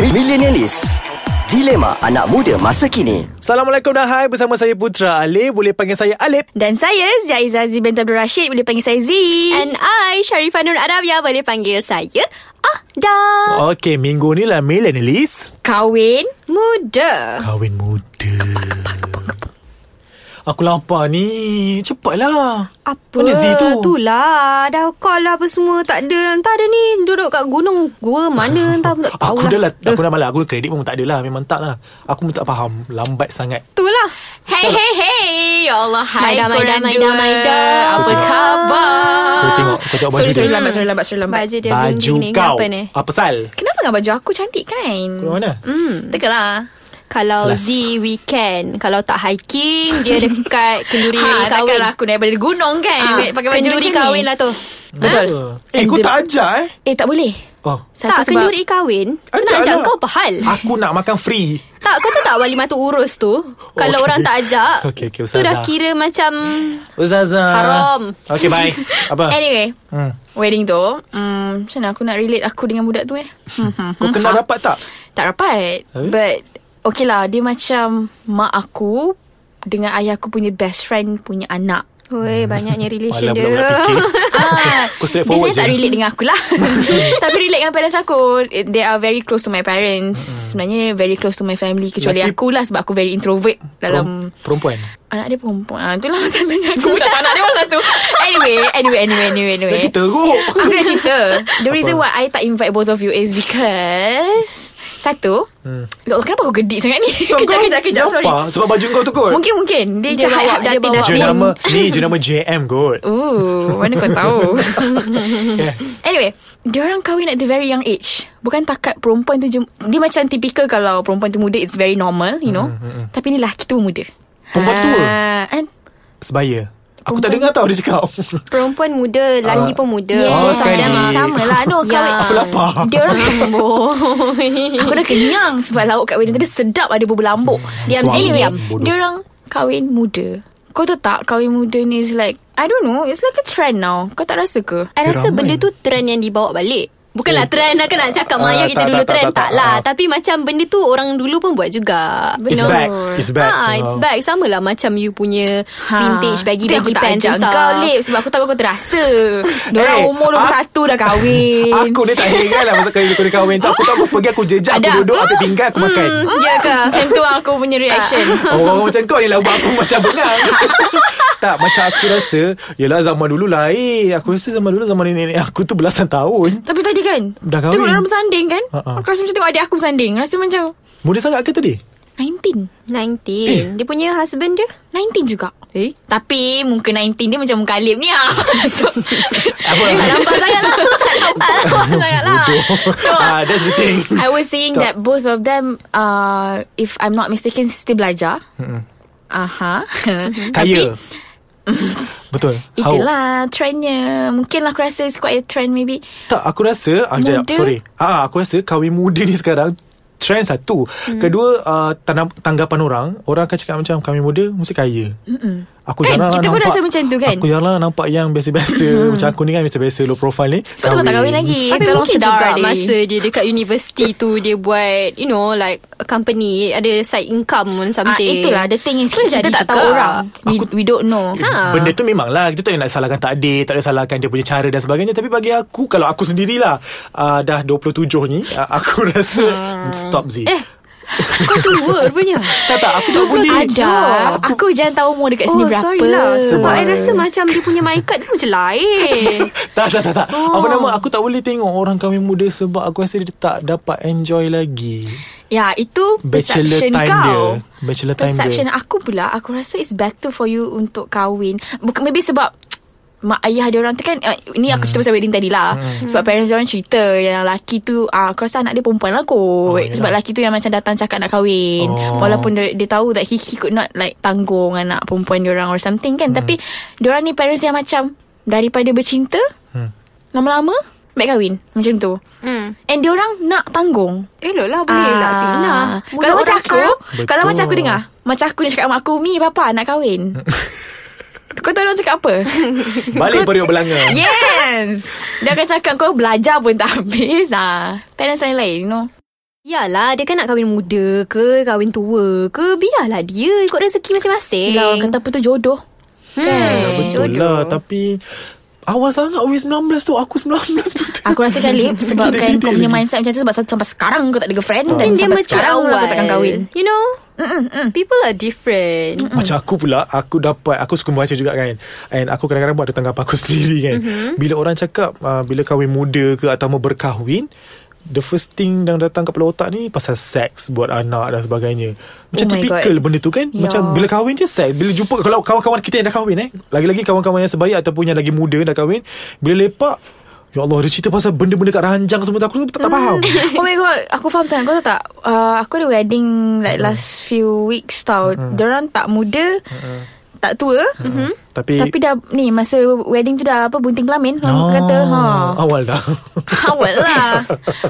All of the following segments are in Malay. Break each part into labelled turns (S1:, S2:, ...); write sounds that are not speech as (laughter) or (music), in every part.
S1: Millenialis Dilema anak muda masa kini
S2: Assalamualaikum dan hai bersama saya Putra Alip. Boleh panggil saya Alip.
S3: Dan saya Zaiza Aziz bin Abdul Rashid Boleh panggil saya Z And I Sharifah Nur Arabia Boleh panggil saya Ahda
S2: Okey, minggu ni lah Millenialis.
S3: Kahwin muda
S2: Kahwin muda. Aku lapar ni. Cepatlah.
S3: Apa
S2: Mana Z tu?
S3: Itulah Dah call lah apa semua Tak ada Entah ada ni Duduk kat gunung Gua
S2: (laughs)
S3: mana Entah pun tak Eh, tahu
S2: Aku dah lah, aku dah malas. Aku kredit pun tak ada lah. Memang tak lah. Aku pun tak faham. Lambat sangat.
S3: Itulah
S4: Hey, hey, hey. Ya Allah, hai
S3: Maida, Maida,
S4: korang
S3: Maida,
S4: dua.
S3: Maida. Ah.
S4: Apa
S2: Okey.
S4: khabar?
S2: Kau tengok, kau tengok baju
S4: Sorry, sorry,
S2: dia.
S4: lambat, sorry, lambat, sorry, lambat.
S3: Baju dia
S2: Baju
S3: bling-bling ni
S2: kau.
S3: Kenapa ni?
S2: Apa sal?
S4: Kenapa dengan baju aku cantik kan?
S2: Keluar mana?
S4: Hmm. Tegalah.
S3: Kalau
S2: Alas.
S3: Z weekend Kalau tak hiking Dia dekat
S4: (laughs)
S3: kenduri
S4: Ha,
S3: kahwin
S4: takkanlah aku naik dari gunung kan?
S3: Ah,
S4: Pakai baju
S3: kenduri
S4: macam
S3: kahwin
S4: ni.
S3: lah tu
S2: Betul. Eh, kau
S4: And the-
S2: tak ajak eh?
S4: Eh, tak boleh.
S2: Oh.
S4: Satu
S3: tak,
S4: sebab-
S3: kenduri kahwin. Kau
S2: Ajak
S3: nak ajak
S2: lah.
S3: kau apa hal?
S2: Aku nak makan free.
S3: tak, kau tahu tak wali matu urus tu? Kalau
S2: okay.
S3: orang
S2: (laughs)
S3: tak ajak,
S2: Okay, okay,
S3: tu dah
S2: Oh, Ustazah.
S3: kira macam...
S2: Ustazah.
S3: Haram.
S2: Okey,
S3: (laughs)
S2: bye. Apa?
S4: Anyway,
S2: Hmm.
S4: wedding tu, um, macam mana aku nak relate aku dengan budak tu eh? Hmm, hmm.
S2: Kau
S3: Ha?
S2: kenal dapat tak?
S4: Tak rapat.
S2: Habis?
S4: But, okay lah. Dia macam mak aku dengan ayah aku punya best friend punya anak.
S3: Weh, banyaknya relation
S2: Malah
S3: dia.
S2: belum nak Hmm. fikir.
S4: Ah,
S2: (laughs) Kau straight forward
S4: Biasanya tak
S2: je.
S4: relate dengan aku
S2: (laughs)
S4: lah (laughs) Tapi relate dengan parents aku Eh, They are very close to my parents
S2: Hmm.
S4: Sebenarnya very close to my family Kecuali
S2: Laki-
S4: aku lah Sebab aku very introvert Dalam Eh?
S2: Perum- Perempuan.
S4: Anak dia perempuan ah, Itulah (laughs) masalahnya Aku tak tahu anak dia mana satu Anyway Anyway Anyway Anyway, anyway.
S2: Lagi
S4: (laughs)
S2: teruk.
S4: Aku nak cerita The reason
S2: Apa?
S4: why I tak invite both of you Is because Satu hmm. Kenapa aku gedik sangat ni
S2: Kau-
S4: Kejap
S2: kau-
S4: kejap kejap Sorry
S2: Apa? Sebab baju kau tu kot.
S4: Mungkin mungkin Dia,
S3: Dia
S4: jahat
S3: bawa-
S4: hati
S3: dia bawa.
S4: nak-
S2: jenama ni jenama JM kot.
S4: Oh, mana kau tahu
S2: Yeah.
S4: Anyway, dia orang kahwin at the very young age. Bukan takat perempuan tu jem, dia macam typical kalau perempuan tu muda it's very normal, you know.
S2: Mm, mm, mm.
S4: Tapi ni lelaki tu muda.
S2: Perempuan tua?
S4: Ah, And
S2: Sebaya. Aku tak
S4: Perempuan-
S2: dengar tau dia
S4: (laughs)
S2: cakap.
S3: (laughs) Perempuan muda, lelaki
S2: Ah.
S3: pun muda.
S4: yeah,
S2: Oh,
S4: sama
S2: sekali.
S4: lah, sama lah. (laughs) No,
S3: Ya.
S4: kahwin.
S3: Aku
S2: lapar.
S4: Dia orang
S3: (laughs) Amboi.
S4: Aku
S2: (laughs)
S4: dah kenyang sebab lauk kat wedding tu dia sedap ada berlambuk.
S3: Diam,
S2: Hmm. Suami
S3: Zee, diam.
S2: bodoh.
S4: Dia orang kahwin muda. Kau tahu tak kahwin muda ni is like I don't know, it's like a trend now. Kau tak rasa ke?
S3: I rasa
S2: Ramai.
S3: benda tu trend yang dibawa balik.
S2: Eh,
S3: Bukanlah trend Aku nak cakap Maya
S2: ah, tak,
S3: kita
S2: tak,
S3: dulu
S2: tak,
S3: trend
S2: tak, Ah.
S3: Tak lah
S2: tak.
S3: Tapi macam benda tu Orang dulu pun buat juga
S4: It's
S3: You know?
S2: back. It's back.
S3: Ah, It's
S2: Oh.
S3: back Sama lah macam you punya
S2: Ha.
S3: Vintage baggy-baggy pants
S4: Itu
S3: and
S4: Ha. aku tak ajak kau
S3: stuff.
S4: Lip Sebab aku tahu kau
S2: (laughs)
S4: terasa Diorang
S2: Eh,
S4: hey, umur 21 dah kahwin
S2: aku ni tak heran lah masa kali kau ni kahwin tu. Aku tak apa pergi aku jejak, aku
S4: Ada.
S2: duduk, aku pinggan, aku makan.
S4: Ya (laughs) ke Macam tu aku punya reaction
S2: Orang-orang macam kau ni lah buat aku macam bengang. (laughs) tak, macam aku rasa, yelah zaman dulu lain. Aku rasa zaman dulu, zaman nenek aku tu belasan tahun.
S4: Tapi tadi kan
S2: Dah kahwin.
S4: Tengok orang bersanding kan
S2: Ha, ha.
S4: Aku rasa macam tengok adik aku bersanding Rasa macam
S2: Muda sangat ke tadi? Eh.
S4: 19
S3: 19 Dia punya husband dia
S4: 19 juga
S3: Eh?
S4: Tapi muka 19 dia macam muka Alip ni
S3: (laughs)
S4: ah. so,
S2: Apa?
S4: Tak nampak sangat lah Tak nampak lah sangat
S3: (laughs)
S4: lah (laughs)
S2: Bodoh. ah, that's the thing.
S4: I was saying
S2: Tak.
S4: that both of them uh, If I'm not mistaken Still belajar Aha
S3: Mm-hmm.
S2: Kaya. (laughs) Betul. How?
S4: Itulah trendnya Mungkin lah aku rasa It's quite a trend maybe
S2: Tak, aku rasa ah, jap,
S4: Muda?
S2: Sorry ah, Aku rasa kahwin muda ni sekarang Trend satu hmm. Kedua uh, tanam, Tanggapan orang Orang akan cakap macam Kahwin muda Mesti kaya Mm-mm. Aku
S4: Kan,
S2: jarang lah
S4: kita pun
S2: nampak
S4: rasa macam tu, kan? Hmm.
S2: Aku jarang lah nampak yang
S4: (laughs)
S2: biasa-biasa Macam aku ni kan biasa-biasa Low profile ni Kan?
S4: Sebab tu kau tak kahwin lagi
S3: Tapi
S4: Tolong
S3: mungkin
S4: sedar dia.
S3: juga Eh, Masa dia dekat (laughs) universiti tu Dia buat You know like a Company Ada side income or
S4: ah,
S3: something
S4: Itulah the thing is
S3: Boleh
S4: Kita
S3: jadi
S4: tak tahu
S3: juga.
S4: orang we, we don't know
S3: Ha.
S2: Benda tu memanglah Kita tak boleh nak salahkan takdir Tak boleh salahkan dia punya cara dan sebagainya Tapi bagi aku Kalau aku sendirilah uh, Dah 27 ni uh, Aku (laughs) rasa
S4: Hmm.
S2: Stop Z eh.
S3: Kau tua (laughs) rupanya
S2: Tak tak aku tak boleh
S4: Ada Aku, aku jangan tahu umur dekat sini
S3: Oh
S4: berapa
S3: sorry lah Sebab I
S2: Sebab-
S3: rasa macam Dia punya my card tu macam lain
S2: (laughs) tak, tak, tak, tak. Oh. Apa nama aku tak boleh tengok orang kahwin muda sebab aku rasa dia tak dapat enjoy lagi.
S4: Ya itu
S2: Bachelor
S4: Perception
S2: time
S4: kau
S2: dia. Bachelor time
S4: Perception
S2: dia.
S4: aku pula Aku rasa it's better for you Untuk kahwin Bukan maybe sebab Mak ayah dia orang tu kan uh, Ni aku
S2: Hmm.
S4: cerita pasal wedding tadi lah Sebab parents dia orang cerita Yang lelaki tu uh, Aku rasa anak dia perempuan lah kot
S2: yelah.
S4: Sebab lelaki tu yang macam datang cakap nak kahwin
S2: Oh.
S4: Walaupun dia, dia tahu that he, he could not like Tanggung anak perempuan dia orang or something kan Tapi dia orang ni parents yang macam Daripada bercinta
S2: Hmm.
S4: Lama-lama Baik kahwin Macam tu
S3: (laughs) hmm.
S4: And dia orang nak tanggung
S3: Elok lah boleh lah
S4: Ah.
S3: Pinah
S4: Kalau macam aku
S2: sekarang-
S4: Kalau macam aku
S2: Betul.
S3: (laughs)
S4: dengar Macam aku ni cakap dengan mak aku Mi papa nak kahwin Kau tahu dia orang cakap apa?
S2: Balik periuk belanga.
S4: yes. Dia akan cakap kau belajar pun tak habis. Ah. Parents lain-lain, you know.
S3: Yalah, dia kan nak kahwin muda ke, kahwin tua ke. Biarlah dia ikut rezeki masing-masing.
S4: Yelah, orang kata apa tu jodoh.
S3: hmm,
S2: Ya, betul lah. Tapi awal sangat wis 19 tu. Aku 19 betul.
S4: Aku rasa
S3: (laughs)
S4: kali
S2: Dia-
S4: sebabkan
S2: dia
S4: kan kau punya
S2: lagi.
S4: mindset macam tu sebab sampai sekarang kau tak ada girlfriend dan
S3: Mungkin dia
S4: sampai
S3: mature
S4: sekarang
S3: awal.
S4: pula kau takkan kahwin.
S3: You know? People are different.
S2: Mm. Macam aku pula Aku dapat Aku suka membaca juga kan And aku kadang-kadang Buat ada tanggapan aku (laughs) sendiri kan mm-hmm. Bila orang cakap uh, Bila kahwin muda ke Atau mau berkahwin The first thing yang datang kepala otak ni Pasal seks Buat anak dan sebagainya Macam
S4: Oh my
S2: typical
S4: God.
S2: benda tu kan
S4: Ya.
S2: Macam bila kahwin je seks Bila jumpa Kalau kawan-kawan kita yang dah kahwin eh Lagi-lagi kawan-kawan yang sebaya Ataupun yang lagi muda dah kahwin Bila lepak Ya Allah Dia cerita pasal benda-benda kat ranjang semua tu Aku tak, tak faham
S4: (laughs) Oh my god Aku faham sangat Kau tahu tak uh, Aku ada wedding Like last few weeks tau mm-hmm. Diorang tak muda mm-hmm. Tak tua mm-hmm.
S2: Tapi
S4: Tapi dah Ni masa wedding tu dah apa Bunting kelamin Orang
S2: Oh,
S4: kata ha, (laughs)
S2: Awal dah
S4: Awal lah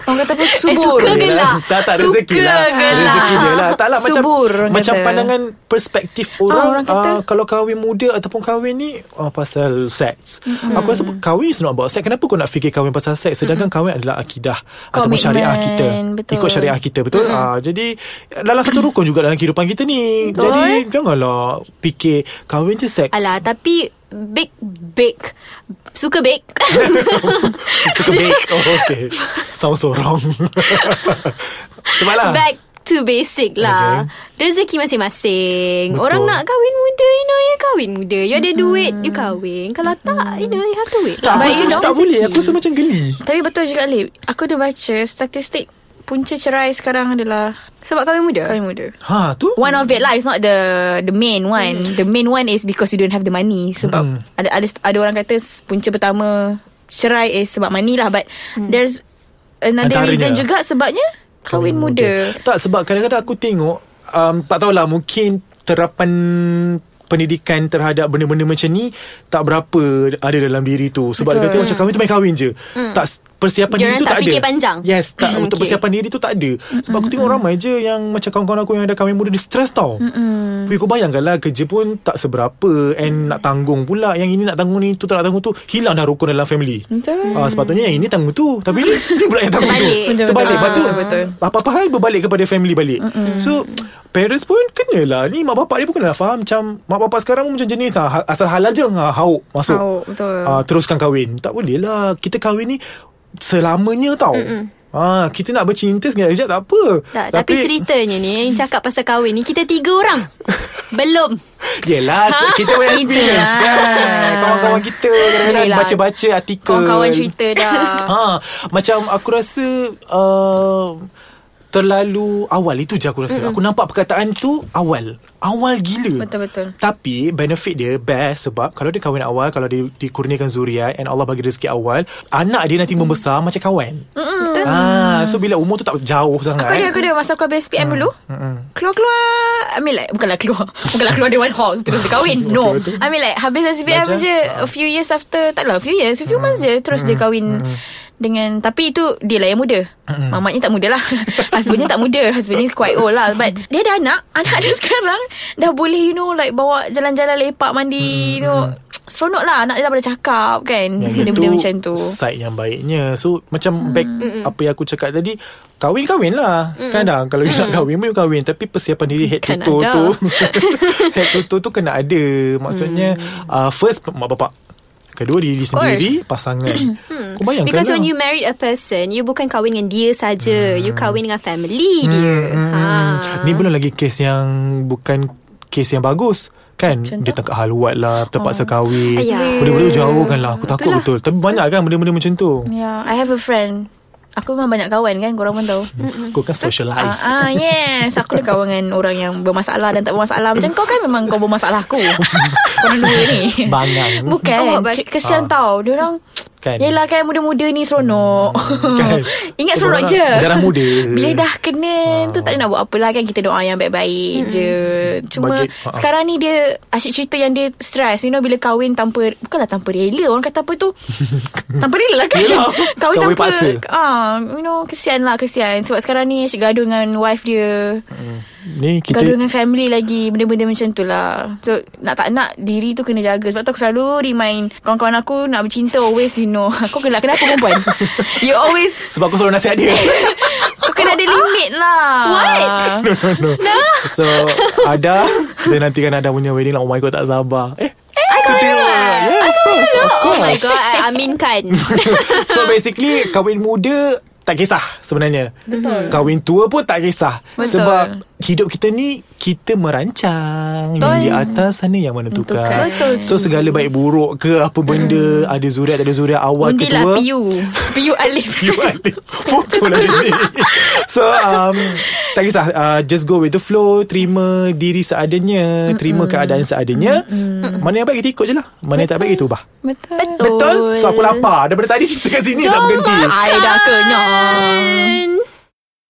S4: Orang kata pun subur
S3: suka ke lah?
S2: Tak tak
S4: Suka
S2: rezeki lah
S4: ke lah?
S2: Rezeki dia lah Tak lah macam
S4: Subur, orang
S2: Macam
S4: kata.
S2: pandangan Perspektif orang,
S4: Ah, orang kata.
S2: ah, Kalau kahwin muda Ataupun kahwin ni ah, Pasal seks Aku rasa kahwin is not about seks Kenapa kau nak fikir kahwin pasal seks Sedangkan kahwin adalah akidah Ataupun
S4: Komitmen,
S2: syariah kita
S4: betul.
S2: Ikut syariah kita betul Ah, Jadi Dalam satu rukun juga Dalam kehidupan kita ni
S3: Betul.
S2: Jadi janganlah Fikir kahwin je seks
S3: Alah,
S2: (laughs)
S3: tapi bake, bake. Suka bake.
S2: Suka bake oh, Okay Sounds so wrong (laughs) lah, Sebablah
S3: (laughs) Back to basic lah. Rezeki masing-masing.
S2: Betul.
S3: Orang nak kahwin muda, you know, you kahwin muda. You ada duit, you kahwin. Kalau tak, you know, you have to wait.
S2: Tak, aku
S3: lah.
S4: Baik,
S2: rasa
S4: you
S2: macam
S4: know,
S2: tak boleh
S3: rezeki.
S2: Aku rasa macam geli
S4: Tapi betul juga Lip Aku dah baca Statistik Punca cerai sekarang adalah
S3: Sebab kahwin muda?
S4: Kahwin muda
S2: Ha tu
S4: One of it lah It's not the The main one The main one is Because you don't have the money Sebab ada, ada ada orang kata s- Punca pertama Cerai is sebab money lah But There's Another
S2: Antaranya.
S4: reason juga Sebabnya Kahwin muda
S2: Tak sebab kadang-kadang aku tengok um, Tak tahulah mungkin terapan pendidikan terhadap benda-benda macam ni tak berapa ada dalam diri tu sebab dia kata macam kahwin tu main kahwin je tak s- persiapan
S3: Hmm.
S2: diri
S3: Dia orang
S2: tu
S3: tak
S2: tak, ada
S3: fikir panjang. Hmm,
S2: yes tak
S3: Mm,
S2: untuk
S3: okay.
S2: persiapan diri tu tak ada sebab aku tengok ramai je yang macam kawan-kawan aku yang ada kahwin muda dia stres tau
S3: Hmm,
S2: Weh kau bayangkan lah kerja pun tak seberapa and nak tanggung pula yang ini nak tanggung ni tu tak nak tanggung tu hilang dah rukun dalam family
S4: Betul.
S2: Ah, sepatutnya yang ini tanggung tu tapi ni dia pula yang tanggung
S3: Terbalik.
S2: tu
S4: Betul,
S2: terbalik
S4: betul.
S2: betul,
S4: Ah, betul.
S2: apa-apa hal berbalik kepada family balik. Mm-hmm. So parents pun kenalah ni mak bapak dia pun kenalah faham macam mak bapak sekarang pun macam jenis ah, ha, asal halal je ha, hauk masuk.
S4: Hauk, betul.
S2: Ah, teruskan kahwin. Tak boleh lah. Kita kahwin ni selamanya tau. Mm-mm. Ah, kita nak bercinta sekejap-kejap tak apa.
S3: Tak, tapi, tapi ceritanya ni Yang cakap pasal kahwin ni Kita tiga
S2: (laughs)
S3: orang Belum
S2: Yelah, se- kita
S4: (laughs)
S2: pun experience kan. Kawan-kawan kita kadang-kadang
S4: lah. Boleh lah.
S2: baca-baca artikel.
S4: Kawan-kawan cerita (laughs) dah
S2: ha, Macam aku rasa uh, Terlalu awal Itu je aku rasa mm Aku nampak perkataan tu Awal Awal gila
S4: Betul-betul.
S2: Tapi benefit dia best Sebab kalau dia kahwin awal Kalau dia dikurniakan zuriat And Allah bagi rezeki awal Anak dia nanti membesar Macam kawan Betul ha, So bila umur tu tak jauh sangat
S4: Kau ada, kau ada Masa aku habis
S2: Hmm.
S4: PM dulu Keluar-keluar I mean like Bukanlah keluar (laughs) Bukanlah keluar dari one house Terus dia kahwin No
S2: Betul, betul.
S4: I mean like Habis dari PM
S2: Belajar. Ah. Hmm.
S4: je A few years after Tak lah a few years A few months je Terus dia kahwin Dengan Tapi itu Dia lah yang muda
S2: Hmm.
S4: Mamaknya tak muda lah (laughs) Husbandnya tak muda Husbandnya quite old lah But Dia ada anak (laughs) Anak dia sekarang Dah boleh you know Like bawa jalan-jalan Lepak
S2: Hmm,
S4: mandi You know Seronok lah Anak dia dah pada cakap kan
S2: Yang
S4: Benda-benda
S2: itu
S4: macam tu
S2: Side yang baiknya So macam back Apa yang aku cakap tadi Kahwin-kahwin lah Kan dah Kalau you nak kahwin pun you kahwin Tapi persiapan diri Head to
S3: Kan
S2: toe
S3: ada.
S2: tu (laughs) Head to toe tu kena ada Maksudnya
S3: Mm.
S2: uh, First mak bapak Kedua diri sendiri Pasangan Kau bayangkan
S3: Mm. Because
S2: lah
S3: when you married a person You bukan kahwin dengan dia saja You kahwin dengan family dia ha.
S2: Mm. Hmm. Ni belum lagi kes yang Bukan Kes yang bagus Kan
S4: Contoh?
S2: Dia tangkap haluat lah Terpaksa kahwin
S3: Oh. Ayah.
S2: Benda-benda tu jauhkan lah Aku takut betul Tapi banyak kan benda-benda macam tu
S3: Mm.
S4: Yeah Ya, I have a friend Aku memang banyak kawan kan Korang pun tahu
S2: Kau kan socialize
S4: Ah, ah yes Aku ada kawan dengan orang yang bermasalah Dan tak bermasalah Macam kau kan memang kau bermasalah aku Korang dua ni
S3: ah.
S2: Bangang
S4: Bukan
S3: Awak balik.
S4: Cik-
S2: Ah.
S4: Kesian tau Diorang
S2: Kan?
S4: Yelah kan muda-muda ni seronok
S2: Kan?
S4: (laughs) Ingat
S2: Sebab
S4: seronok
S2: orang
S4: je
S2: darah muda.
S4: Bila dah kena Tu tak ada nak buat apalah kan Kita doa yang baik-baik je Cuma
S2: Bagi- Hmm. ha-ha.
S4: Sekarang ni dia Asyik cerita yang dia stress You know bila kahwin tanpa Bukanlah tanpa rela Orang kata apa
S2: (laughs)
S4: tu Tanpa rela lah kan
S2: Yelah.
S4: Kahwin
S2: Kahwin
S4: tanpa
S2: paksa.
S4: ah, You know kesian lah kesian Sebab sekarang ni Asyik gaduh dengan wife dia
S2: Ni kita
S4: Gaduh dengan family lagi Benda-benda macam tu lah So nak tak nak Diri tu kena jaga Sebab tu aku selalu remind Kawan-kawan aku Nak bercinta always you know (laughs) Kau kena Kenapa perempuan You always
S2: sebab aku selalu nasihat dia. (laughs)
S4: Kau kena ada limit lah
S3: What?
S2: no. So Ada Kita nantikan Ada punya wedding lah Oh my god tak sabar Eh I Yeah of course Of
S3: Oh
S2: course
S3: my god, I aminkan.
S2: (laughs) So basically Kahwin muda tak kisah sebenarnya Betul Kahwin tua pun tak kisah
S4: Betul.
S2: Sebab Hidup kita ni Kita merancang Betul. Yang di atas sana yang menentukan
S4: Menentukan. Betul.
S2: So segala baik buruk ke Apa benda Ada zuriat tak ada zuriat Awal
S4: Undi
S2: kedua
S4: lah Piu Piu Alif
S2: You alih Pukul lah ni So um, Tak kisah uh, Just go with the flow Terima diri seadanya Terima keadaan seadanya Mana yang baik kita ikut je lah Mana yang tak baik kita ubah
S4: Betul
S2: Betul So aku lapar Daripada tadi cerita kat sini Jom. Tak berhenti
S4: I dah kenyang
S3: And